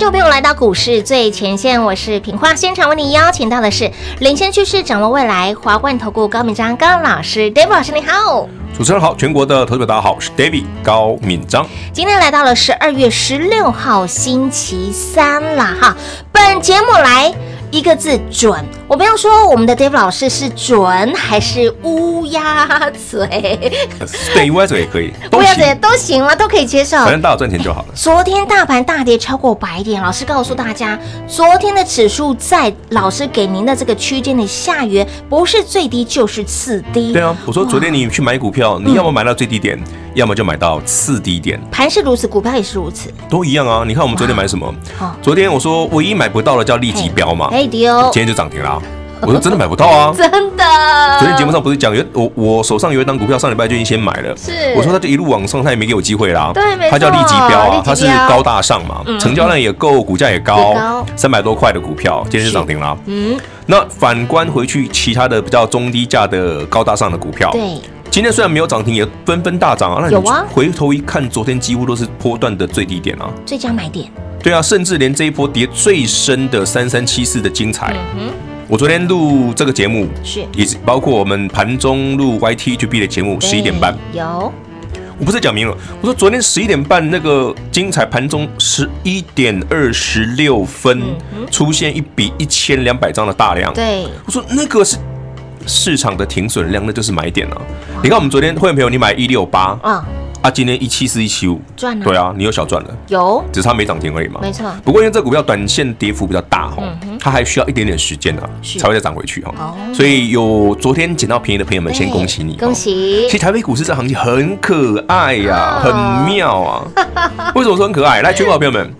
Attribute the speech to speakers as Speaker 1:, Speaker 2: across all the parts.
Speaker 1: 各位朋友，来到股市最前线，我是平花。现场为你邀请到的是领先趋势、掌握未来华冠投顾高敏章高老师，David 老师，你好。
Speaker 2: 主持人好，全国的投资者大家好，我是 David 高敏章。
Speaker 1: 今天来到了十二月十六号星期三了哈，本节目来一个字准。我不要说我们的 David 老师是准还是乌鸦嘴，
Speaker 2: 呃对乌鸦嘴 也可以，
Speaker 1: 乌鸦嘴都行了，都可以接受，
Speaker 2: 反正大家赚钱就好了。
Speaker 1: 昨天大盘大跌超过百点，老师告诉大家，昨天的指数在老师给您的这个区间的下缘，不是最低就是次低。
Speaker 2: 对啊，我说昨天你去买股票，
Speaker 1: 嗯
Speaker 2: 你要么买到最低点，要么就买到次低点，
Speaker 1: 盘是如此，股票也是如此。
Speaker 2: 都一样啊。你看我们昨天买什么
Speaker 1: 好？
Speaker 2: 昨天我说唯一买不到的叫利基标嘛，
Speaker 1: 哎丢
Speaker 2: 今，天就涨停了啊。我说真的买不到啊。
Speaker 1: 真的。
Speaker 2: 昨天节目上不是讲有我我手上有一档股票，上礼拜就已经先买了。
Speaker 1: 是
Speaker 2: 我说它就一路往上，它也没给我机会啦。
Speaker 1: 对没错
Speaker 2: 它叫利基标
Speaker 1: 利
Speaker 2: 啊
Speaker 1: 基，
Speaker 2: 它是
Speaker 1: 标
Speaker 2: 高大上嘛，成交量也够，股价
Speaker 1: 嗯
Speaker 2: 也
Speaker 1: 也高
Speaker 2: 高，三百多块的股票，今天
Speaker 1: 是
Speaker 2: 就涨停了。
Speaker 1: 嗯，
Speaker 2: 那反观回去，其他的比较中低价的高大上的股票，
Speaker 1: 对，
Speaker 2: 今天虽然没有涨停，也纷纷大涨啊。那你
Speaker 1: 有啊
Speaker 2: 回头一看，昨天几乎都是波段的最低点啊。
Speaker 1: 最佳买点。
Speaker 2: 对啊，甚至连这一波跌最深的三三七四的精彩，
Speaker 1: 嗯
Speaker 2: 我昨天录这个节目
Speaker 1: 哼，是。
Speaker 2: 也是包括我们盘中录 YTGB 的节目，十一点半，嗯
Speaker 1: 对有
Speaker 2: 我不是讲明了，我说昨天十一点半那个精彩盘中十一点二十六分
Speaker 1: 嗯
Speaker 2: 出现一笔一千两百张的大量，
Speaker 1: 对
Speaker 2: 我说那个是市场的停损量，那就是买点啊。你看我们昨天会员朋友，你买一六八
Speaker 1: 啊，
Speaker 2: 啊，今天一七四一七五，
Speaker 1: 赚了
Speaker 2: 对啊，你又小赚了，
Speaker 1: 有
Speaker 2: 只是它没涨停而已嘛。
Speaker 1: 没错
Speaker 2: 不过因为这股票短线跌幅比较大哈
Speaker 1: 嗯哼，
Speaker 2: 它还需要一点点时间啊，
Speaker 1: 是
Speaker 2: 才会再涨回去哈
Speaker 1: 哦。
Speaker 2: 所以有昨天捡到便宜的朋友们，先
Speaker 1: 对
Speaker 2: 恭喜你，
Speaker 1: 恭。喜
Speaker 2: 其实。台北股市这行情很可爱呀、
Speaker 1: 啊
Speaker 2: 很 妙啊。为什么说很可爱？来，全国好朋友们，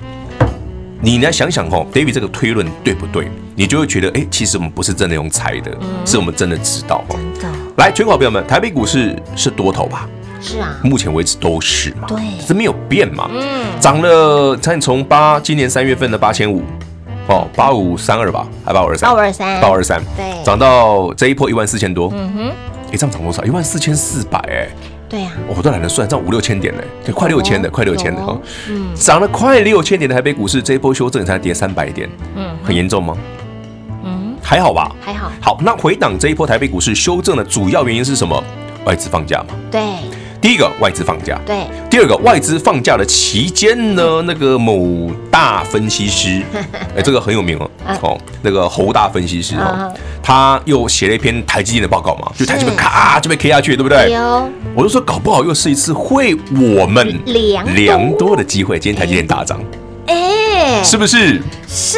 Speaker 2: 你来想想哦，David 这个推论对不对？你就会觉得，哎、其实我们不是真的用猜的，
Speaker 1: 嗯
Speaker 2: 是我们真的知道哦。
Speaker 1: 真的
Speaker 2: 来，全国好朋友们，台北股市是多头吧？
Speaker 1: 是啊，
Speaker 2: 目前为止都是嘛，
Speaker 1: 对
Speaker 2: 这没有变嘛。
Speaker 1: 嗯，
Speaker 2: 涨了，看从八今年三月份的八千五，哦，八五三二吧，还八五二三，
Speaker 1: 8523
Speaker 2: 八五二三，
Speaker 1: 对
Speaker 2: 涨到这一波一万四千多，
Speaker 1: 嗯哼，
Speaker 2: 一这样涨多少？一万四千四百，哎，
Speaker 1: 对啊呀，
Speaker 2: 我都懒得算，这样五六千点嘞，对，快六千的，
Speaker 1: 有
Speaker 2: 快六千的
Speaker 1: 有
Speaker 2: 哦，
Speaker 1: 嗯
Speaker 2: 涨了快六千点的台北股市，这一波修正才跌三百点，
Speaker 1: 嗯
Speaker 2: 很严重吗？
Speaker 1: 嗯，
Speaker 2: 还好吧。
Speaker 1: 还好，
Speaker 2: 好，那回档这一波台北股市修正的主要原因是什么？外资放假嘛。
Speaker 1: 对
Speaker 2: 第一个外资放假，
Speaker 1: 对，
Speaker 2: 第二个，外资放假的期间呢，那个某大分析师， 哎、这个很有名哦，哦，那个侯大分析师
Speaker 1: 啊
Speaker 2: 哦，他又写了一篇台积电的报告嘛，就台积
Speaker 1: 是
Speaker 2: 电咔就被 K 下去，对不对？
Speaker 1: 有
Speaker 2: 我就说搞不好又是一次会我们
Speaker 1: 良多
Speaker 2: 良多的机会，今天台积电大涨，
Speaker 1: 哎，
Speaker 2: 是不是？
Speaker 1: 是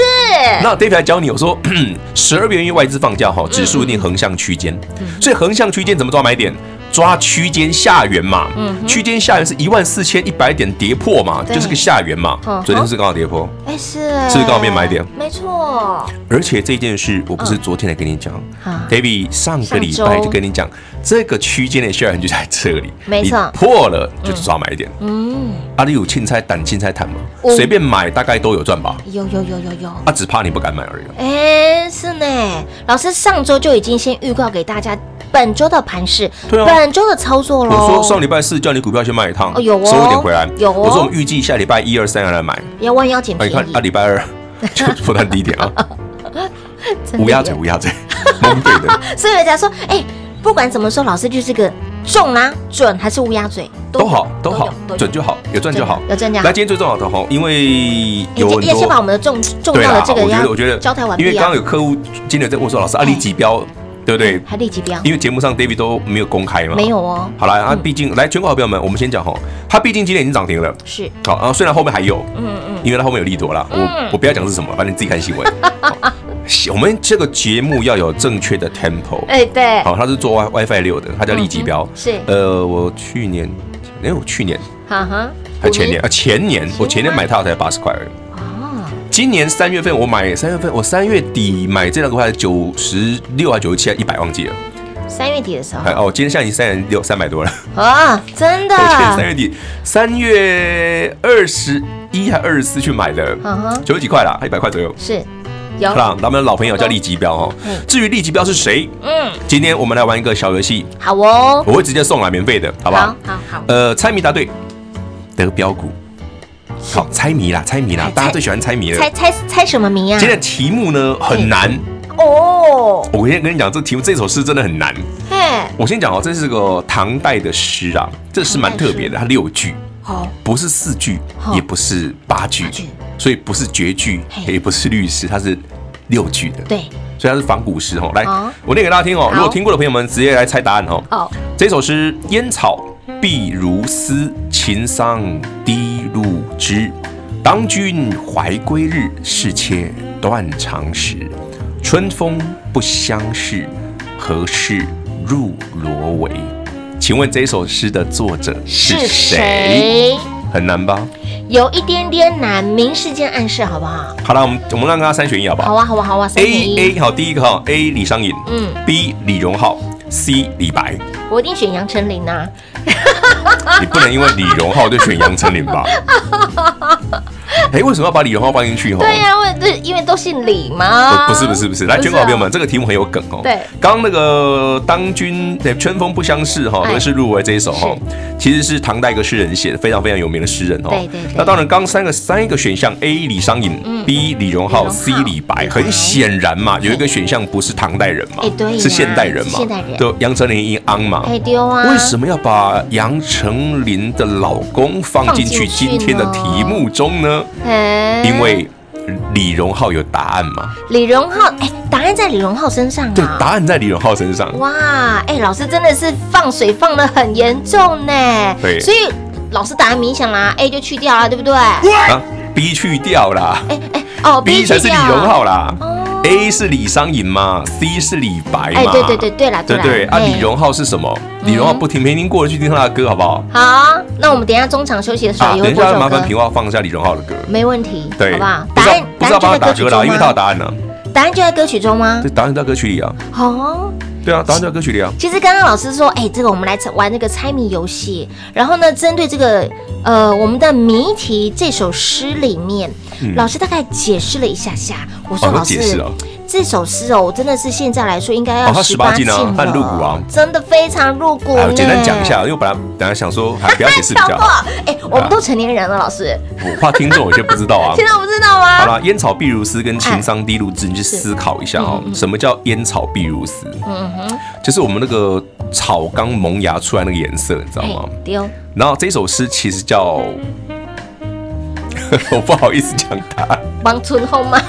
Speaker 2: 那 David 还教你，我说 十二月因为外资放假
Speaker 1: 嗯
Speaker 2: 哈，指数一定横向区间，所以横向区间怎么抓买点？抓区间下缘嘛，区间下缘是一万四千一百点跌破嘛，
Speaker 1: 嗯对
Speaker 2: 就是个下缘嘛
Speaker 1: 嗯哼。
Speaker 2: 昨天是刚好跌破，
Speaker 1: 哎是，
Speaker 2: 是不是刚好变买点
Speaker 1: 没错，
Speaker 2: 而且这件事我不是昨天才跟你讲
Speaker 1: 嗯啊
Speaker 2: ，David 上个礼
Speaker 1: 上
Speaker 2: 拜
Speaker 1: 周
Speaker 2: 就跟你讲，这个区间的下缘就在这里，
Speaker 1: 没错
Speaker 2: 你破了就抓买点。
Speaker 1: 嗯，
Speaker 2: 阿里啊有青菜、胆青菜、坦嘛
Speaker 1: 嗯，
Speaker 2: 随便买大概都有赚吧，
Speaker 1: 有有有有有。
Speaker 2: 啊，只怕你不敢买而已。
Speaker 1: 哎，是呢，老师上周就已经先预告给大家本周的盘势，
Speaker 2: 对啊
Speaker 1: 本周的操作喽。
Speaker 2: 我说上礼拜四叫你股票先卖一趟，
Speaker 1: 哦有哦
Speaker 2: 收一点回来。
Speaker 1: 有哦嗯
Speaker 2: 我说我们预计下礼拜一二三要来买。
Speaker 1: 要弯腰捡
Speaker 2: 啊，
Speaker 1: 便
Speaker 2: 你看
Speaker 1: 宜，
Speaker 2: 啊，礼拜二 就破断低点啊，
Speaker 1: 真的
Speaker 2: 乌鸦嘴
Speaker 1: 耶。
Speaker 2: 乌 鸦嘴，蒙对的，
Speaker 1: 所以人家说，哎，不管怎么说，老师就是个中啊、准还是乌鸦嘴
Speaker 2: 都好都
Speaker 1: 有
Speaker 2: 好，
Speaker 1: 都有
Speaker 2: 准就好，有赚就好。
Speaker 1: 有赚就好
Speaker 2: 那今天最重要的哈，因为
Speaker 1: 哎
Speaker 2: 有很
Speaker 1: 今天先把我
Speaker 2: 多
Speaker 1: 们的重重
Speaker 2: 对
Speaker 1: 要的
Speaker 2: 啦，
Speaker 1: 这个
Speaker 2: 我觉
Speaker 1: 要
Speaker 2: 得我觉得
Speaker 1: 交代完毕
Speaker 2: 因
Speaker 1: 啊，
Speaker 2: 为刚刚有哎客户今天在问说老师啊，
Speaker 1: 哎
Speaker 2: 利几标对不对？
Speaker 1: 还立即标，
Speaker 2: 因为节目上 David 都没有公开嘛，
Speaker 1: 没有。哦，
Speaker 2: 好啦，啊，毕竟来全国好朋友们，我们先讲哈，它毕竟今天已经涨停了。
Speaker 1: 是，
Speaker 2: 好，然后虽然后面还有，
Speaker 1: 嗯嗯，
Speaker 2: 因为它后面有利多啦，
Speaker 1: 嗯
Speaker 2: 我我不要讲是什么，反正你自己 看新闻。好我们这个节目要有正确的 tempo。
Speaker 1: 哎对，
Speaker 2: 好，它是做 Wi WiFi 六的，它叫立即标。
Speaker 1: 是
Speaker 2: 呃，我去年，哎，我去年
Speaker 1: 哈哈，
Speaker 2: 还前年
Speaker 1: 五
Speaker 2: 啊，前年
Speaker 1: 年
Speaker 2: 我前年买它才八十块而已，
Speaker 1: 年啊，
Speaker 2: 今年三月份我买，三月份我三月底买这两个块九十六还九十七还一百忘记了，
Speaker 1: 三月底的时候
Speaker 2: 哎哦，今天现在已经三六三百多了。
Speaker 1: 啊，真的
Speaker 2: 我，今年三月底，三月二十一还二十四去买的
Speaker 1: 嗯哼，
Speaker 2: 九十几块啦，一百块左右。
Speaker 1: 是有，
Speaker 2: 啦，咱们老朋友叫利吉标哦
Speaker 1: 嗯。
Speaker 2: 至于利吉标是谁，
Speaker 1: 嗯，
Speaker 2: 今天我们来玩一个小游戏，
Speaker 1: 好哦，
Speaker 2: 我会直接送来免费的，好不好？
Speaker 1: 好好，
Speaker 2: 呃，猜谜答对得标股。好，猜谜啦，猜谜啦
Speaker 1: 猜，
Speaker 2: 大家最喜欢猜谜了
Speaker 1: 猜。嗯猜猜什么谜呀
Speaker 2: 呃今？天的题目呢很难，
Speaker 1: 哦，
Speaker 2: 我先跟你讲，这题目这首诗真的很难。
Speaker 1: 嘿，
Speaker 2: 我先讲哦，这是个唐代的诗啊，这诗蛮特别的，它六句。
Speaker 1: 好，
Speaker 2: 不是四句
Speaker 1: 好，
Speaker 2: 也不是八句
Speaker 1: 八句，
Speaker 2: 所以不是绝句，
Speaker 1: 嘿
Speaker 2: 也不是律诗，它是六句的，
Speaker 1: 对，
Speaker 2: 所以它是仿古诗哦。来
Speaker 1: 哦，
Speaker 2: 我念给大家听哦。如果听过的朋友们，直接来猜答案哦。
Speaker 1: 哦，
Speaker 2: 这首诗《烟草碧如丝，秦桑低露枝。当君怀归日，是妾断肠时。春风不相识，何事入罗帷？请问这首诗的作者是谁？？很难吧？
Speaker 1: 有一点点难，明示兼暗示，好不好？
Speaker 2: 好了，我们我们让大家三选一好不
Speaker 1: 好
Speaker 2: 好
Speaker 1: 啊，好啊，好啊，三选
Speaker 2: ？A
Speaker 1: 一，
Speaker 2: A 好，第一个哈，A 李商隐，
Speaker 1: 嗯
Speaker 2: ，B 李荣浩，C 李白。
Speaker 1: 我一定选杨丞琳啊呐。
Speaker 2: 你不能因为李荣浩就选杨丞琳 吧？哎，为什么要把李荣浩放进去？哈，
Speaker 1: 对呀，我对，因为都姓李嘛。
Speaker 2: 不不是不是不是，来，
Speaker 1: 哦不是啊
Speaker 2: 全国好朋友们，这个题目很有梗哦。
Speaker 1: 对，
Speaker 2: 刚刚那个当君对春风不相识哈，
Speaker 1: 哎
Speaker 2: 何事入围这一首哈，其实是唐代一个诗人写的，非常非常有名的诗人哦。
Speaker 1: 对对对嗯
Speaker 2: 那当然，刚三个三个选项 A 李商隐，B 李荣
Speaker 1: 李
Speaker 2: 浩
Speaker 1: 荣浩
Speaker 2: ，C 李白，
Speaker 1: 李白
Speaker 2: 很显然嘛，有一个选项不是唐代人嘛
Speaker 1: 哎对，呀
Speaker 2: 是现代人嘛，
Speaker 1: 是现代人
Speaker 2: 对，杨丞琳一昂嘛。
Speaker 1: 太丢啊！
Speaker 2: 为什么要把杨丞琳的老公放进去
Speaker 1: 放进去
Speaker 2: 今天的题目中呢？
Speaker 1: 哎
Speaker 2: 因为李荣浩有答案嘛。
Speaker 1: 李荣浩，哎，答案在李荣浩身上啊。
Speaker 2: 对，答案在李荣浩身上。
Speaker 1: 哇，哎，老师真的是放水放的很严重呢。
Speaker 2: 对
Speaker 1: 所以老师答案明显啦，A 就去掉了，对不对？
Speaker 2: 啊，B 去掉啦
Speaker 1: 哦
Speaker 2: b 才是李荣。浩啦
Speaker 1: 哦
Speaker 2: ，A 是李商隐嘛，C 是李白
Speaker 1: 哎，
Speaker 2: 嘛，
Speaker 1: 对对对对嗯啦，
Speaker 2: 对
Speaker 1: 啦，
Speaker 2: 不对啊，
Speaker 1: 哎
Speaker 2: 李荣浩是什么？李荣浩不听没听过，去听他的歌好不好？
Speaker 1: 好，那我们等一下中场休息的时
Speaker 2: 啊，
Speaker 1: 候也
Speaker 2: 等
Speaker 1: 会
Speaker 2: 一
Speaker 1: 播这
Speaker 2: 下麻
Speaker 1: 首
Speaker 2: 烦
Speaker 1: 歌，
Speaker 2: 平话放一下李荣浩的歌，
Speaker 1: 没问题，
Speaker 2: 对，
Speaker 1: 好不好？
Speaker 2: 不
Speaker 1: 答
Speaker 2: 是要
Speaker 1: 案
Speaker 2: 不是要帮他打歌啦，因为他有
Speaker 1: 吗？
Speaker 2: 答案呢，
Speaker 1: 答案就在歌曲中吗
Speaker 2: 对，？答案在歌曲里啊，
Speaker 1: 哦，
Speaker 2: 对啊，答案在歌曲里啊。
Speaker 1: 其实刚刚老师说，哎，这个我们来玩那个猜谜游戏，然后呢，针对这个呃我们的谜题这首诗里面，
Speaker 2: 嗯
Speaker 1: 老师大概解释了一下下。我说
Speaker 2: 哦，
Speaker 1: 老
Speaker 2: 都解释
Speaker 1: 师，
Speaker 2: 了，
Speaker 1: 这首诗哦，我真的是现在来说应该
Speaker 2: 哦
Speaker 1: 要
Speaker 2: 它
Speaker 1: 十八
Speaker 2: 18禁啊
Speaker 1: 了
Speaker 2: 它很入骨啊
Speaker 1: 真的非常入骨
Speaker 2: 啊
Speaker 1: 呢。，
Speaker 2: 简单讲一下，因为我本来本来想说，啊还不要解释比 较好，
Speaker 1: 哎，我
Speaker 2: 啊
Speaker 1: 们都成年人了，老师，
Speaker 2: 我怕听众有些不知道啊。
Speaker 1: 现在不知道
Speaker 2: 好
Speaker 1: 吗？
Speaker 2: 啦，烟草碧如丝跟情商低如枝，你去思考一下哦，
Speaker 1: 哎
Speaker 2: 什么叫烟草碧如丝？
Speaker 1: 嗯哼，
Speaker 2: 就是我们那个草刚萌芽出来那个颜色，你知道
Speaker 1: 哎
Speaker 2: 吗？，
Speaker 1: 丢，
Speaker 2: 然后这首诗其实叫， 我不好意思讲它。
Speaker 1: 王春红 吗？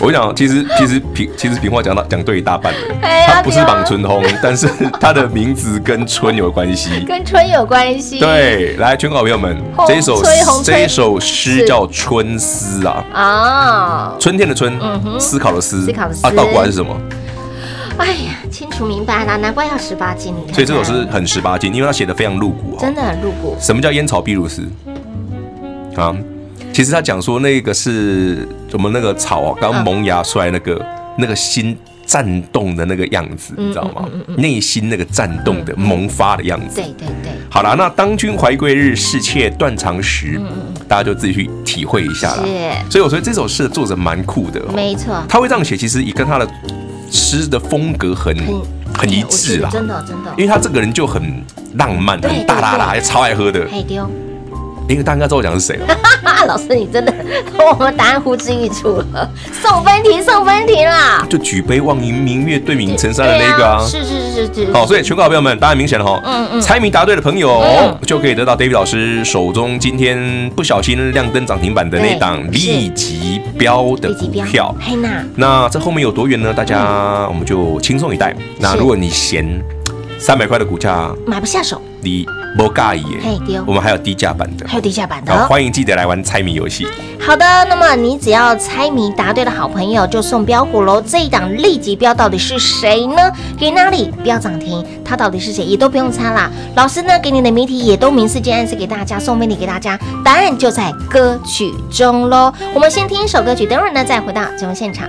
Speaker 2: 我讲，其实其实平其实平话讲到讲对一大半了，
Speaker 1: 哎呀
Speaker 2: 它不是
Speaker 1: 对啊
Speaker 2: 莽春红，但是它的名字跟春有 关系。
Speaker 1: 跟春有关系？，
Speaker 2: 对，来，全国好朋友们，
Speaker 1: 红
Speaker 2: 这一首
Speaker 1: 吹红吹
Speaker 2: 这一首诗叫《春思》啊，
Speaker 1: 哦，
Speaker 2: 春天的春
Speaker 1: 嗯，哼
Speaker 2: 思考的思，
Speaker 1: 思考的思
Speaker 2: 啊，倒过来是什么？
Speaker 1: 哎呀，清楚明白啦，难怪要十八禁，你看，
Speaker 2: 所以这首诗很十八禁，因为它写的非常露骨哦
Speaker 1: 啊真。的很入骨，
Speaker 2: 什么叫烟草壁如丝？啊，其实他讲说那个是我们那个草啊，刚萌芽出来那个、那个心颤动的那个样子，
Speaker 1: 嗯
Speaker 2: 你知道吗？内心那个颤动的萌发的样子。
Speaker 1: 对对对，
Speaker 2: 好啦，那当君怀归日，是妾断肠时，
Speaker 1: 嗯
Speaker 2: 大家就自己去体会一下啦。
Speaker 1: 是
Speaker 2: 所以我说这首诗的作者蛮酷的、哦，
Speaker 1: 没错，
Speaker 2: 他会这样写，其实也跟他的诗的风格很很一致
Speaker 1: 哎我觉得。
Speaker 2: 啊啦
Speaker 1: 真的真的
Speaker 2: 因，为他这个人就很浪漫，
Speaker 1: 对
Speaker 2: 很大啦
Speaker 1: 对
Speaker 2: 啦，还超爱喝的。
Speaker 1: 哎丢，
Speaker 2: 因为大家应该知道我讲的是谁啊了。
Speaker 1: 哈，老师你真的 跟我们答案呼之欲出了，送分题送分题啦，
Speaker 2: 就举杯望明明月对影成山的那个啊哦
Speaker 1: 对。是是是是，
Speaker 2: 好，所以全国好朋友们，答案明显了哈。
Speaker 1: 嗯嗯
Speaker 2: 猜谜答对的朋友
Speaker 1: 嗯
Speaker 2: 就可以得到 David 老师手中今天不小心亮灯涨停板的那档
Speaker 1: 对是
Speaker 2: 立即标的
Speaker 1: 立即
Speaker 2: 股
Speaker 1: 标
Speaker 2: 票。
Speaker 1: 嘿娜，
Speaker 2: 那这后面有多远呢？大家我们就轻松以待。那
Speaker 1: 是
Speaker 2: 如果你嫌三百块的股价，
Speaker 1: 买不下手，
Speaker 2: 你不介意
Speaker 1: 嘿对
Speaker 2: 耶？我们还有低价版的
Speaker 1: 还，有低价版的
Speaker 2: 好，
Speaker 1: 哦。
Speaker 2: 欢迎记得来玩猜谜游戏。
Speaker 1: 好的，那么你只要猜谜答对的好朋友就送标股喽。这一档立即标到底是谁呢？给哪里标涨停？它到底是谁也都不用猜啦。老师呢给你的谜题也都明示间暗示给大家，送分题给大家，答案就在歌曲中喽。我们先听一首歌曲，等会儿呢再回到节目现场。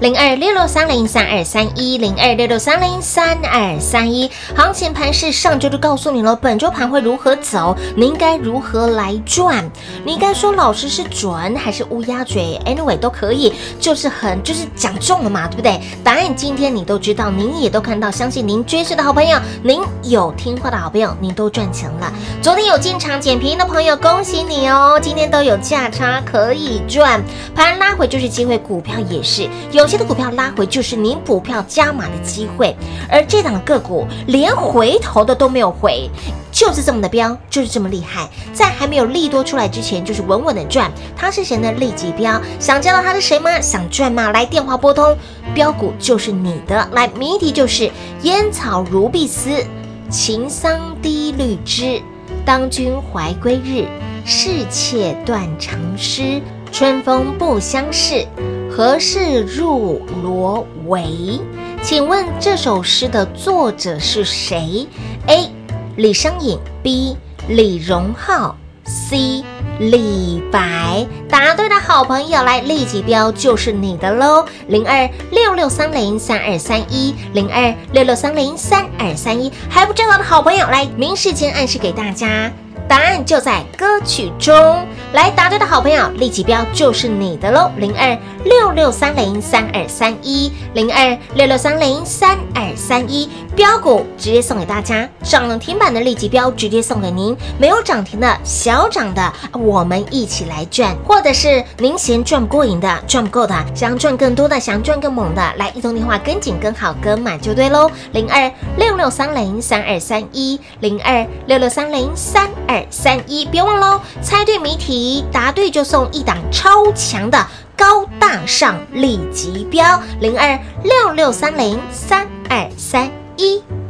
Speaker 1: 零二六六三零三二三一零二六六三零三二三一。行情盘是上周就告诉你了，本周盘会如何走，你应该如何来赚。你应该说老师是准还是乌鸦嘴？Anyway 都可以，就是很就是讲中了嘛，对不对？答案今天你都知道，您也都看到，相信您追视的好朋友，您有听话的好朋友，您都赚钱了。昨天有进场捡便宜的朋友，恭喜你哦！今天都有价差可以赚，盘拉回就是机会，股票也是。有些的股票拉回就是您补票加码的机会，而这档个股连回头的都没有回，就是这么的标，就是这么厉害。在还没有利多出来之前，就是稳稳的赚。它是谁呢？利即标。想知道它是谁吗？想赚吗？来电话拨通，标股就是你的。来，谜题就是烟草如碧丝，秦桑低绿枝。当君怀归日，是妾断肠诗。春风不相识，何事入罗帷？请问这首诗的作者是谁？A. 李商隐 B. 李荣浩 C. 李白。答对的好朋友来立即标就是你的喽，零二六六三零三二三一零二六六三零三二三一。还不知道的好朋友来明示间暗示给大家。答案就在歌曲中。来答对的好朋友，立即标就是你的喽，零二六六三零三二三一，零二六六三零三二三一，标股直接送给大家，涨停板的立即标直接送给您，没有涨停的小涨的，我们一起来赚，或者是您嫌赚不过瘾的，赚不够的，想要赚更多的，想要赚更猛的，来一通电话跟紧跟好跟满就对喽，零二六六三零三二三一，零二六六三零三二三一，别忘喽，猜对谜题，答对就送一档超强的高大上立即标，零二六六三零三二三一。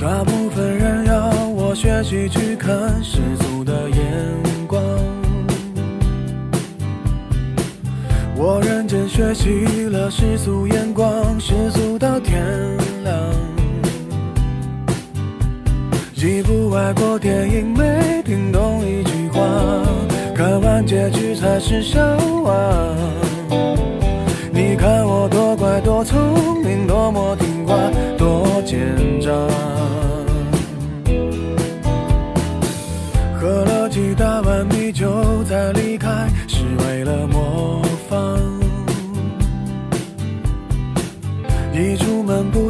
Speaker 3: 大部分人要我学习去看世俗的眼光，我认真学习了世俗眼光，世俗到天亮。既不爱过电影，没听懂一句话，看完结局才是笑话。你看我多乖多聪明，多么听话，多奸诈。喝了几大碗米酒才离开，是为了模仿。一出门不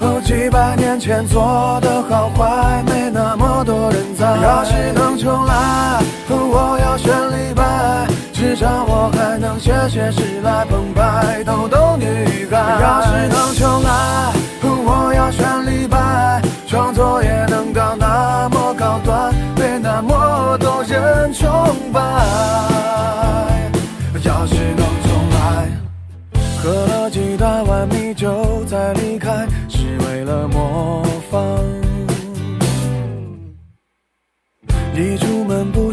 Speaker 3: 哦，几百年前做的好坏，没那么多人在。要是能重来，我要选李白。只上我还能写写诗来澎湃，逗逗女孩。要是能重来，我要选李白，创作也能到那么高端，被那么多人崇拜。要是能重来。喝了几大碗米酒再离开，是为了模仿。一出门不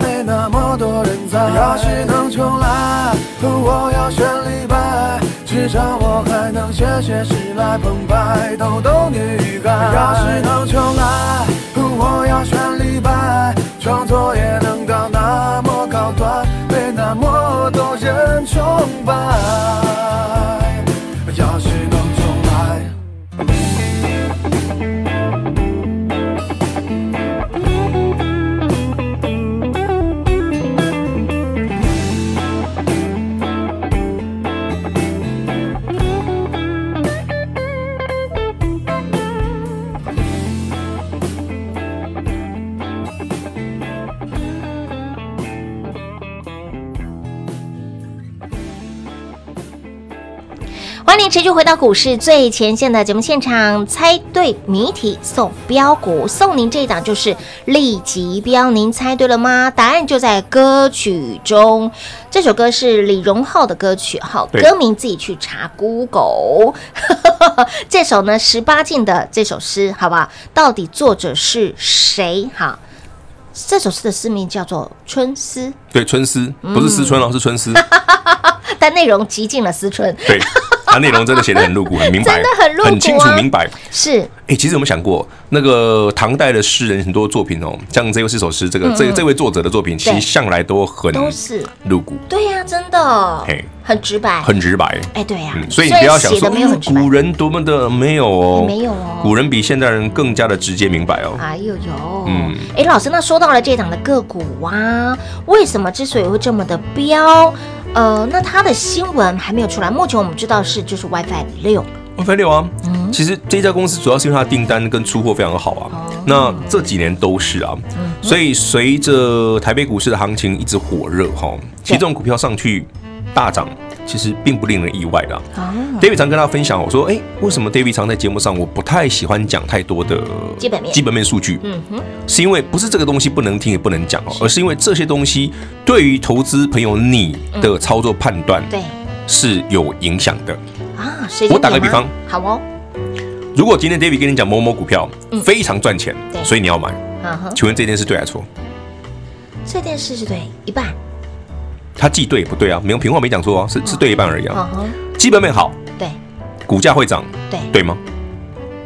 Speaker 3: 没那么多人在。要是能重来，我要选李白。至少我还能写写诗来澎湃，逗逗女孩。要是能重来，我要选李白，创作也能到那么高端，被那么多人崇拜。要是能重来。
Speaker 1: 欢迎持续回到股市最前线的节目现场，猜对谜题送标股，送您这一档就是立即标，您猜对了吗？答案就在歌曲中，这首歌是李荣浩的歌曲，好，
Speaker 2: 对
Speaker 1: 歌名自己去查 Google。这首呢十八禁的这首诗，好不好？到底作者是谁？好，这首诗的诗名叫做《春思》，
Speaker 2: 对，春思不是思春
Speaker 1: 嗯
Speaker 2: 哦，是春思。
Speaker 1: 但内容极尽了思春，
Speaker 2: 对，它内容真的写的很露骨，很明 白，
Speaker 1: 真的很露骨啊
Speaker 2: 清楚明白。
Speaker 1: 是
Speaker 2: 哎、其实有没有想过，那个唐代的诗人很多作品哦，像这又是首诗，这个、这这位作者的作品，其
Speaker 1: 嗯对
Speaker 2: 实向来都很
Speaker 1: 都是
Speaker 2: 露骨，
Speaker 1: 对呀、真的
Speaker 2: 嘿，
Speaker 1: 很直白，
Speaker 2: 很直白。
Speaker 1: 哎，对呀、
Speaker 2: 嗯，所以你不要想
Speaker 1: 写
Speaker 2: 说嗯
Speaker 1: 的没有很直白
Speaker 2: 古人多么的没有哦，
Speaker 1: 没有哦
Speaker 2: 古人比现代人更加的直接明白哦。
Speaker 1: 哎呦呦，
Speaker 2: 嗯
Speaker 1: 哎，老师，那说到了这档的个股啊，为什么之所以会这么的飙？呃，那它的新闻还没有出来，目前我们知道是就是 WiFi 六，
Speaker 2: WiFi 六啊，
Speaker 1: 嗯
Speaker 2: 其实这家公司主要是因为它的订单跟出货非常的好啊，
Speaker 1: 哦
Speaker 2: 那这几年都是啊，
Speaker 1: 嗯
Speaker 2: 所以随着台北股市的行情一直火热哈，其实这种股票上去大涨，其实并不令人意外啦。David
Speaker 1: 嗯
Speaker 2: 常跟大家分享，我说，哎，为什么 David 常在节目上我不太喜欢讲太多的
Speaker 1: 基本面
Speaker 2: 基本面数据？
Speaker 1: 嗯哼，
Speaker 2: 是因为不是这个东西不能听也不能讲哦，而是因为这些东西对于投资朋友你的操作判断
Speaker 1: 嗯对
Speaker 2: 是有影响的。
Speaker 1: 啊，谁？
Speaker 2: 我打个比方，
Speaker 1: 好哦，
Speaker 2: 如果今天 David 跟你讲某某股票非常赚钱
Speaker 1: 嗯对，
Speaker 2: 所以你要买，
Speaker 1: 嗯哼，
Speaker 2: 请问这件事对还是错？
Speaker 1: 这件事是对一半，
Speaker 2: 他既对也不对啊，没有平话没讲错啊，是是对一半而已
Speaker 1: 嗯
Speaker 2: 啊。
Speaker 1: 哼，
Speaker 2: 基本面好，
Speaker 1: 对
Speaker 2: 股价会涨，
Speaker 1: 对
Speaker 2: 对吗？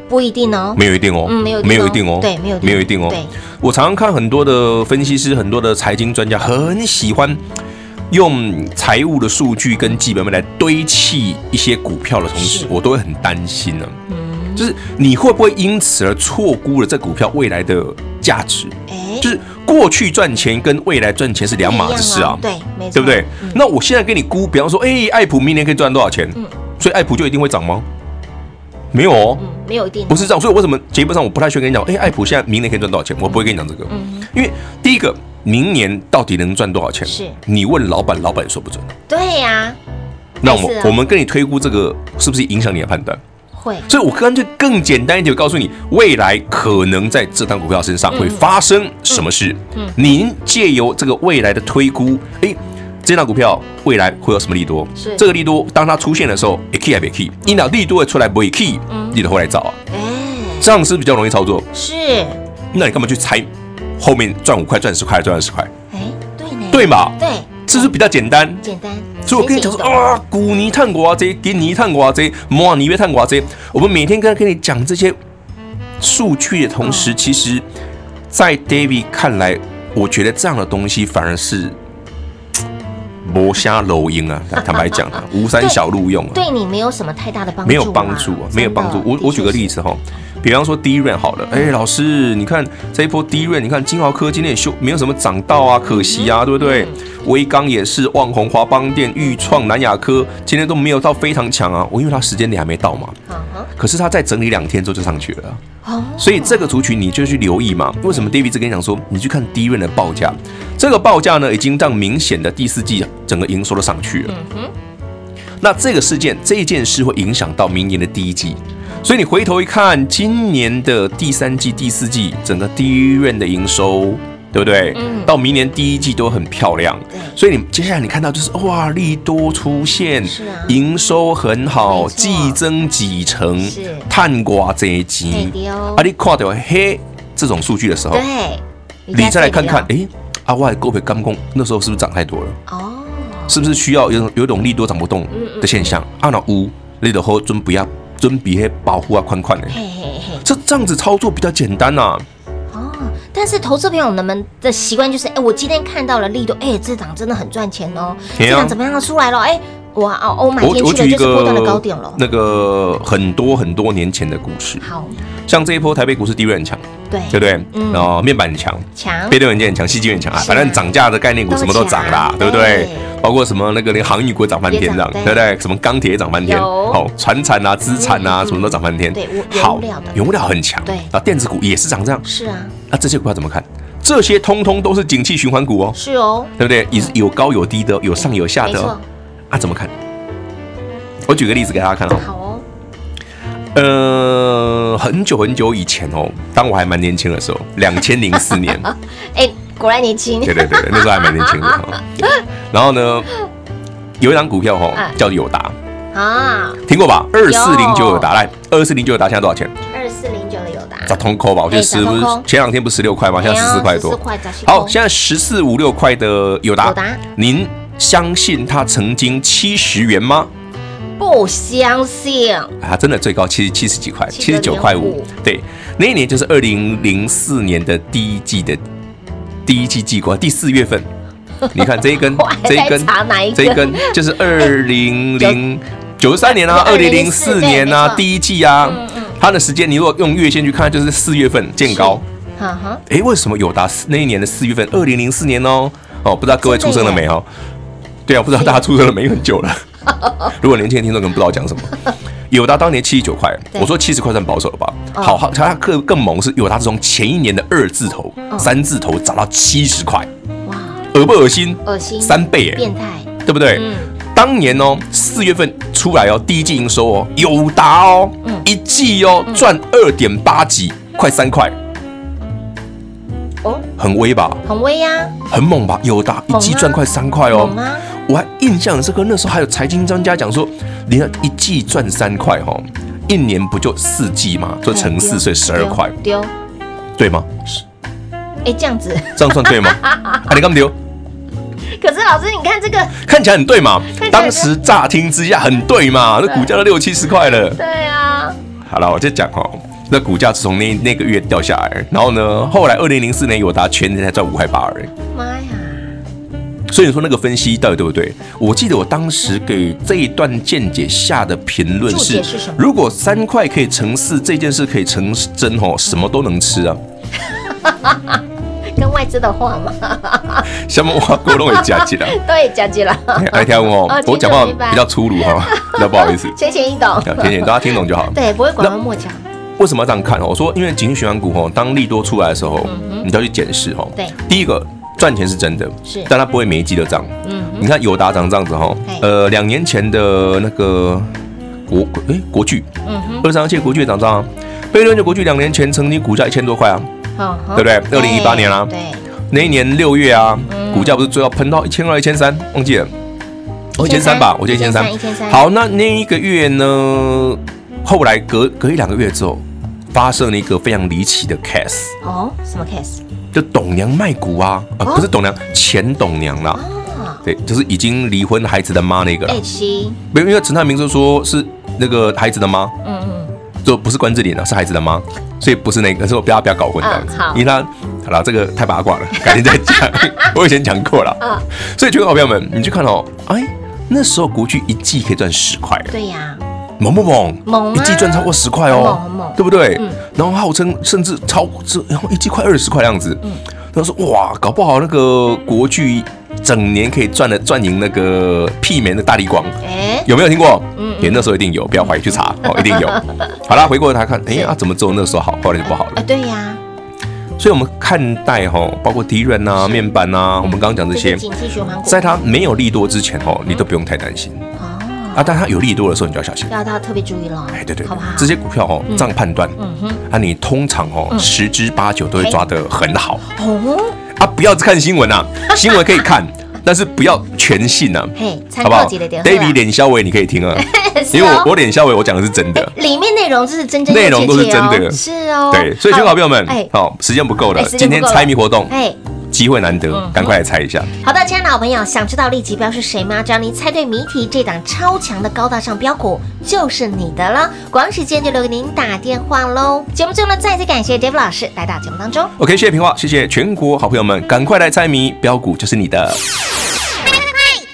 Speaker 1: 不一定哦，
Speaker 2: 没有一定哦，
Speaker 1: 嗯没有一定哦对没有一定
Speaker 2: 没有一定哦
Speaker 1: 对。
Speaker 2: 我常常看很多的分析师，很多的财经专家很喜欢用财务的数据跟基本面来堆砌一些股票的同时
Speaker 1: 是，嗯
Speaker 2: 我都会很担心呢、就是你会不会因此而错估了这股票未来的价值？
Speaker 1: 哎，
Speaker 2: 就是过去赚钱跟未来赚钱是两码子事啊，
Speaker 1: 不一样对，没错，嗯
Speaker 2: 对不对？那我现在跟你估，比方说，哎，爱普明年可以赚多少钱？所以爱普就一定会涨吗？没有哦，
Speaker 1: 嗯，没有一定，
Speaker 2: 不是这样。所以为什么节目上我不太喜欢跟你讲，哎，爱普现在明年可以赚多少钱？我不会跟你讲这个，
Speaker 1: 嗯
Speaker 2: 因为第一个，明年到底能赚多少钱？
Speaker 1: 是
Speaker 2: 你问老板，老板也说不准。
Speaker 1: 对呀，
Speaker 2: 那我
Speaker 1: 是
Speaker 2: 们
Speaker 1: 啊
Speaker 2: 我们跟你推估这个是不是影响你的判断？
Speaker 1: 会
Speaker 2: 所以我干脆更简单一点，我告诉你未来可能在这档股票身上会发生什么事。您借由这个未来的推估，诶，这档股票未来会有什么利多
Speaker 1: 是？
Speaker 2: 这个利多当它出现的时候，也 key 还别 key，你俩利多会出来不会 key，你得回来找啊，
Speaker 1: 哎，
Speaker 2: 这样是不是比较容易操作？
Speaker 1: 是，
Speaker 2: 那你干嘛去猜后面赚五块、赚十块、赚二十块？
Speaker 1: 哎，对呢，
Speaker 2: 对嘛？
Speaker 1: 对，
Speaker 2: 是不是比较简单？
Speaker 1: 简单，
Speaker 2: 所以我跟你讲说
Speaker 1: 浅显易懂
Speaker 2: 啊，古泥探瓜这，给泥探瓜这，摩尼约探瓜这，我们每天跟跟你讲这些数据的同时，其实，在 David 看来，我觉得这样的东西反而是嘖磨虾楼鹰啊，坦白讲啊，吴三小录用啊，
Speaker 1: 对你没有什么太大的啊帮助，
Speaker 2: 没有帮助啊啊，没有帮助。我我举个例
Speaker 1: 子，
Speaker 2: 子哈，比方说低润好了，哎，老师，你看这一波低润，你看金豪科今天也修没有什么涨到啊，可惜
Speaker 1: 嗯
Speaker 2: 啊，对不对？威刚也是，旺宏、华邦店、裕创、南亚科今天都没有到非常强啊，我因为它时间点还没到嘛。
Speaker 1: 嗯哼
Speaker 2: 可是它再整理两天之后就上去了啊，
Speaker 1: 哦，
Speaker 2: 所以这个族群你就去留意嘛。为什么 David 这跟你讲说，你去看低润的报价，这个报价呢已经让明显的第四季整个营收都上去了。
Speaker 1: 嗯哼，
Speaker 2: 那这个事件，这一件事会影响到明年的第一季。所以你回头一看，今年的第三季、第四季，整个第一院的营收，对不对？
Speaker 1: 嗯
Speaker 2: 到明年第一季都很漂亮。
Speaker 1: 对
Speaker 2: 所以你接下来你看到就是哇，利多出现，
Speaker 1: 是啊
Speaker 2: 营收很
Speaker 1: 没
Speaker 2: 好，
Speaker 1: 错
Speaker 2: 季增几成
Speaker 1: 是，
Speaker 2: 探瓜这一集
Speaker 1: 嘿对哦
Speaker 2: 啊，你看到嘿这种数据的时候，
Speaker 1: 对，
Speaker 2: 你再来看看，
Speaker 1: 这里
Speaker 2: 哎，阿外购买刚工那时候是不是涨太多了？
Speaker 1: 哦哦，
Speaker 2: 是不是需要有种有一种利多涨不动
Speaker 1: 嗯
Speaker 2: 的现象？啊，那有你的后准不要准比迄保护啊宽宽的，
Speaker 1: 嘿嘿嘿，
Speaker 2: 这这样子操作比较简单呐、啊
Speaker 1: 哦，但是投资朋友们的习惯就是，哎，我今天看到了利多，哎，这档真的很赚钱哦，
Speaker 2: 对
Speaker 1: 这
Speaker 2: 啊
Speaker 1: 档怎么样出来了？哎，哇哦，我买
Speaker 2: 我
Speaker 1: 进
Speaker 2: 我
Speaker 1: 去
Speaker 2: 举一
Speaker 1: 的就是波段的高
Speaker 2: 个
Speaker 1: 点了。
Speaker 2: 那个很多很多年前的故事，
Speaker 1: 好，
Speaker 2: 像这一波台北股市地位很强，
Speaker 1: 对
Speaker 2: 对不对？
Speaker 1: 嗯
Speaker 2: 然后面板很强，
Speaker 1: 强
Speaker 2: 被，动元件很强，细晶很强啊，
Speaker 1: 是啊
Speaker 2: 反正涨价的概念股什么都涨啦，
Speaker 1: 都
Speaker 2: 对
Speaker 1: 很强
Speaker 2: 不对
Speaker 1: 对？
Speaker 2: 包括什么那个连航运股涨翻天
Speaker 1: 也
Speaker 2: 这样，
Speaker 1: 涨
Speaker 2: 对不对？什么钢铁也涨翻天，
Speaker 1: 有
Speaker 2: 好，船产啊、资产
Speaker 1: 嗯
Speaker 2: 啊，
Speaker 1: 嗯
Speaker 2: 什么都涨翻天。
Speaker 1: 对原
Speaker 2: 好
Speaker 1: 原料的，
Speaker 2: 原物料很强，
Speaker 1: 对
Speaker 2: 啊，电子股也是涨这样。
Speaker 1: 是啊，
Speaker 2: 那这些股票怎么看？这些通通都是景气循环股哦，
Speaker 1: 是哦，
Speaker 2: 对不对？也是有高有低的，有上有下
Speaker 1: 没
Speaker 2: 的
Speaker 1: 错
Speaker 2: 哦。，啊，怎么看？我举个例子给大家看哦。
Speaker 1: 好哦，
Speaker 2: 呃，很久很久以前哦，当我还蛮年轻的时候，两千零四年，
Speaker 1: 哎，果然年轻，
Speaker 2: 对对对对，那时候还蛮年 轻的、哦。对然后呢，有一档股票哦
Speaker 1: 哎，
Speaker 2: 叫友达，
Speaker 1: 啊，
Speaker 2: 听过吧？二四零九友达，来，二四零九友达现在多少钱？
Speaker 1: 二四零九的友达，
Speaker 2: 找哎通扣吧，我觉得
Speaker 1: 哎
Speaker 2: 十
Speaker 1: 找通扣
Speaker 2: 前两天不是十六块吗？现在十四块多
Speaker 1: 14。块14
Speaker 2: 好，
Speaker 1: 块
Speaker 2: 现在十四五六块的友
Speaker 1: 友
Speaker 2: 达
Speaker 1: 达，
Speaker 2: 您相信它曾经七十元吗？
Speaker 1: 不相信，
Speaker 2: 啊，真的最高七七十几块，七十九
Speaker 1: 79.5
Speaker 2: 块五。对，那一年就是二零零四年的第一季的第一季季光，第四 月份。你看这一根
Speaker 1: 我还，在
Speaker 2: 这一根
Speaker 1: 查哪一，个
Speaker 2: 这一根就是二零零九十三年啊， 二零零四
Speaker 1: 2004对
Speaker 2: 年
Speaker 1: 没
Speaker 2: 啊
Speaker 1: 错，
Speaker 2: 第一季啊
Speaker 1: 嗯嗯，
Speaker 2: 它的时间你如果用月线去看，就是四月份见高。
Speaker 1: 哈哈，
Speaker 2: 哎，为什么友达四那一年的四月份，二零零四年哦？哦，不知道各位出生了没哦？对啊，不知道大家出生了没？很久了。 如果年轻的听众可能不知道讲什么。友达当年七十九块，
Speaker 1: 对
Speaker 2: 我说七十块算保守了吧？
Speaker 1: 哦
Speaker 2: 好，好，它更更猛是友达是从前一年的二字头、
Speaker 1: 哦
Speaker 2: 三字头涨到七十块，
Speaker 1: 哇，
Speaker 2: 恶不恶心？
Speaker 1: 恶心，
Speaker 2: 三倍耶，
Speaker 1: 变态，
Speaker 2: 对不对？
Speaker 1: 嗯
Speaker 2: 当年哦，四月份出来哦，第一季营收哦，友达哦，
Speaker 1: 嗯
Speaker 2: 一季哦赚二点八几，快三块，
Speaker 1: 哦，
Speaker 2: 很威吧？
Speaker 1: 很威呀，
Speaker 2: 很猛吧？友达一
Speaker 1: 猛啊
Speaker 2: 季赚快三块哦
Speaker 1: 猛。啊，
Speaker 2: 我还印象很深刻，那时候还有财经专家讲说，你看一季赚三块哈，一年不就四季吗？就乘
Speaker 1: 哎
Speaker 2: 四，
Speaker 1: 啊
Speaker 2: 所以十二块，
Speaker 1: 丢，丢啊
Speaker 2: 对吗？
Speaker 1: 哎，这样子，
Speaker 2: 这样算对吗？啊，你干嘛丢？
Speaker 1: 可是老师，你看这个，
Speaker 2: 看起来很对嘛
Speaker 1: 看起来很对，
Speaker 2: 当时乍听之下很对嘛，那股价都六七十块了。
Speaker 1: 对啊，
Speaker 2: 好了，我再讲哦，那股价是从那那个月掉下来，然后呢，后来二零零四年友达全年才赚五块八而已。
Speaker 1: 妈呀，
Speaker 2: 所以你说那个分析到底对不对？我记得我当时给这一段见解下的评论
Speaker 1: 注解
Speaker 2: 是：
Speaker 1: 是什么
Speaker 2: 如果三块可以乘四，这件事可以成真哦，什么都能吃啊。
Speaker 1: 跟外资的话嘛，
Speaker 2: 什么挖锅都会加起来，
Speaker 1: 对，讲起了，
Speaker 2: 来听我
Speaker 1: 哦
Speaker 2: 哦，我讲话
Speaker 1: 清楚明白
Speaker 2: 比较粗 鲁哈，比较不好意思，
Speaker 1: 浅显易懂，
Speaker 2: 啊甜点大家听懂就 好。
Speaker 1: 对，不会拐弯抹角，
Speaker 2: 为什么要这样看哦？我说，因为景气循环股哦，当利多出来的时候，你就要去检视哦。
Speaker 1: 嗯对，
Speaker 2: 第一个赚钱是真的，
Speaker 1: 是
Speaker 2: 但它不会每一季都涨。
Speaker 1: 嗯哼，
Speaker 2: 你看友达涨这样子哈
Speaker 1: 嘿，
Speaker 2: 呃，两年前的那个国哎国巨，
Speaker 1: 嗯哼，
Speaker 2: 二三线国巨也涨涨啊，贝伦的国巨两年前曾经股价一千多块啊，
Speaker 1: 嗯好，好
Speaker 2: 对不对2018年啊
Speaker 1: 对，
Speaker 2: 那一年六月啊，股价不是最后喷到一千二、一千三，忘记了，哦一千三吧，我记得一千三。
Speaker 1: 1300
Speaker 2: 好，那那一个月呢，后来隔隔一两个月之后，发生了一个非常离奇的 case，
Speaker 1: 哦，什么 case
Speaker 2: 就董娘卖股啊，啊不是董娘，前董娘啦，
Speaker 1: 啊
Speaker 2: 对，就是已经离婚孩子的妈那个啦。
Speaker 1: ？H C，
Speaker 2: 没有，因为陈泰明就说是那个孩子的妈，
Speaker 1: 嗯嗯，
Speaker 2: 就不是关之琳啊，是孩子的妈，所以不是那个，是我不要不要搞混这样子
Speaker 1: 嗯，好
Speaker 2: 因为他好了，这个太八卦了， 改天再 讲，我以前讲过了，
Speaker 1: 嗯
Speaker 2: 所以全国好朋友们，你去看哦，哎，那时候国剧一季可以赚十块，啊
Speaker 1: 对呀、
Speaker 2: 猛不猛？
Speaker 1: 猛啊
Speaker 2: 一季赚超过十块哦，
Speaker 1: 猛猛
Speaker 2: 对不对？
Speaker 1: 嗯
Speaker 2: 然后号称甚至超这，然后一季快二十块的样子。
Speaker 1: 嗯
Speaker 2: 他说哇，搞不好那个国剧整年可以赚的赚赢那个媲美的大力光。
Speaker 1: 哎，
Speaker 2: 有没有听过？
Speaker 1: 嗯嗯
Speaker 2: 也那时候一定有，不要怀疑，去查哦，一定有。好啦，回过头来看，哎呀，啊怎么只有那时候好，后来就不好
Speaker 1: 啊，
Speaker 2: 了。
Speaker 1: 对呀、
Speaker 2: 所以我们看待哈，包括敌人呐、面板
Speaker 1: 嗯
Speaker 2: 呐，我们刚刚讲这些
Speaker 1: 是，景气循环股
Speaker 2: 在它没有利多之前哦，你都不用太担心
Speaker 1: 哦，
Speaker 2: 啊。但它有利多的时候，你就要小心。
Speaker 1: 要到特别注意了，
Speaker 2: 哎，对对，
Speaker 1: 啊好不好？
Speaker 2: 这些股票哦，这样判断，
Speaker 1: 嗯哼，嗯哎
Speaker 2: 啊，你通常哦十之八九都会抓得很好
Speaker 1: 哦，
Speaker 2: 啊，不要只看新闻 啊，新闻可以看，但是不要全信啊，
Speaker 1: 嘿，参
Speaker 2: 好不好
Speaker 1: 考级的点
Speaker 2: ？David 脸肖伟你可以 听啊，因为我我脸肖伟我讲的是真的。
Speaker 1: 里面内容就是真真
Speaker 2: 内容都是
Speaker 1: 切切哦
Speaker 2: 真的
Speaker 1: 是哦，
Speaker 2: 对，所以，全国好朋友们
Speaker 1: 哎，
Speaker 2: 好，时间不够了
Speaker 1: 哎，时间
Speaker 2: 今
Speaker 1: 不够了
Speaker 2: 天猜谜活动
Speaker 1: 哎，
Speaker 2: 机会难得，赶快来猜一下。
Speaker 1: 好的，亲爱的老朋友，想知道立即标是谁吗？只要你猜对谜题，这档超强的高大上标股就是你的了。广告时间就留给您打电话喽。节目最后呢，再次感谢 Dave 老师来到节目当中。
Speaker 2: OK，谢谢平话，谢谢全国好朋友们，赶快来猜谜，标股就是你的。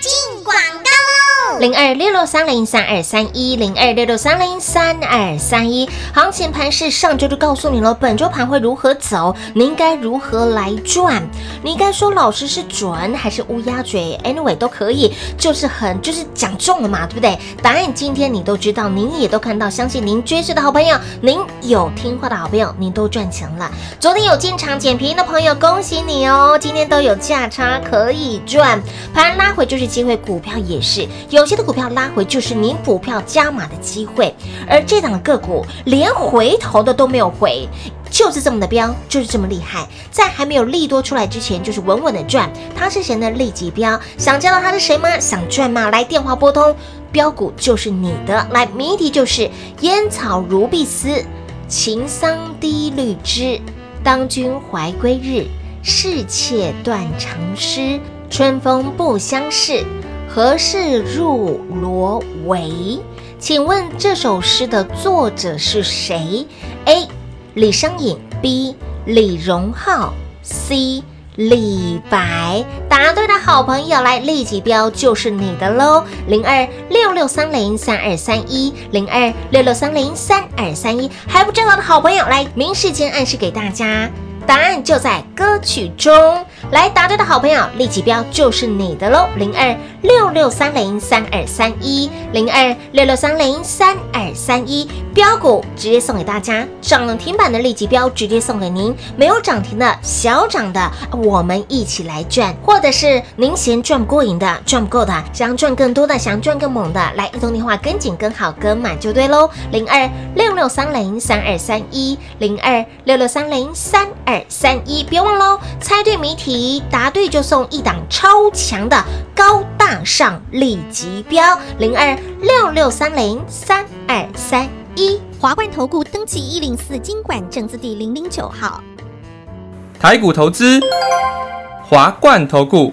Speaker 4: 进广告喽！
Speaker 1: 零二六六三零三二三一零二六六三零三二三一。行情盘是上周就告诉你了，本周盘会如何走，你应该如何来赚。你应该说老师是准还是乌鸦嘴？Anyway 都可以，就是很就是讲中了嘛，对不对？答案今天你都知道，您也都看到，相信您追随的好朋友，您有听话的好朋友，您都赚钱了。昨天有进场捡便宜的朋友，恭喜你哦！今天都有价差可以赚，盘拉回就是机会，股票也是。有些的股票拉回就是您股票加码的机会，而这档个股连回头的都没有回。就是这么的标，就是这么厉害，在还没有利多出来之前，就是稳稳的赚。它是谁呢？利即标，想知道它是谁吗？想赚吗？来电话拨通，标股就是你的。来，谜题就是烟草如碧丝，秦桑低绿枝，当君怀归日，是妾断肠诗。春风不相识，何事入罗帷？请问这首诗的作者是谁？A. 李商隐 B. 李荣浩 C. 李白，答对的好朋友来立即标就是你的喽，零二六六三零三二三一零二六六三零三二三一，还不知道的好朋友来明示间暗示给大家。答案就在歌曲中。来答对的好朋友，立即标就是你的喽，零二六六三零三二三一，零二六六三零三二三一，标股直接送给大家，涨停板的立即标直接送给您，没有涨停的小涨的，我们一起来赚，或者是您嫌赚不过瘾的，赚不够的，想要赚更多的，想要赚更猛的，来一通电话跟紧跟好跟满就对喽，零二六六三零三二三一，零二六六三零三二三一，别忘喽，猜对谜题，答对就送一档超强的高大上立即标，零二六六三零三二三一。
Speaker 5: 华冠投顾登记一零四经管证字第零零九号。
Speaker 6: 台股投资，华冠投顾。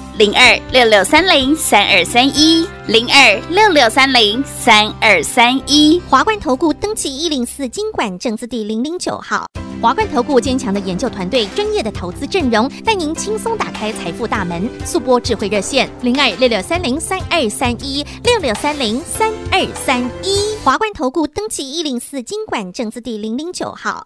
Speaker 7: 零二六六三零三二三一零二六六三零三二三一。
Speaker 5: 华冠投顾登记一零四经管证字第零零九号。华冠投顾坚强的研究团队，专业的投资阵容，带您轻松打开财富大门。速播智慧热线零二六六三零三二三一六六三零三二三一。华冠投顾登记一零四经管证字第零零九号。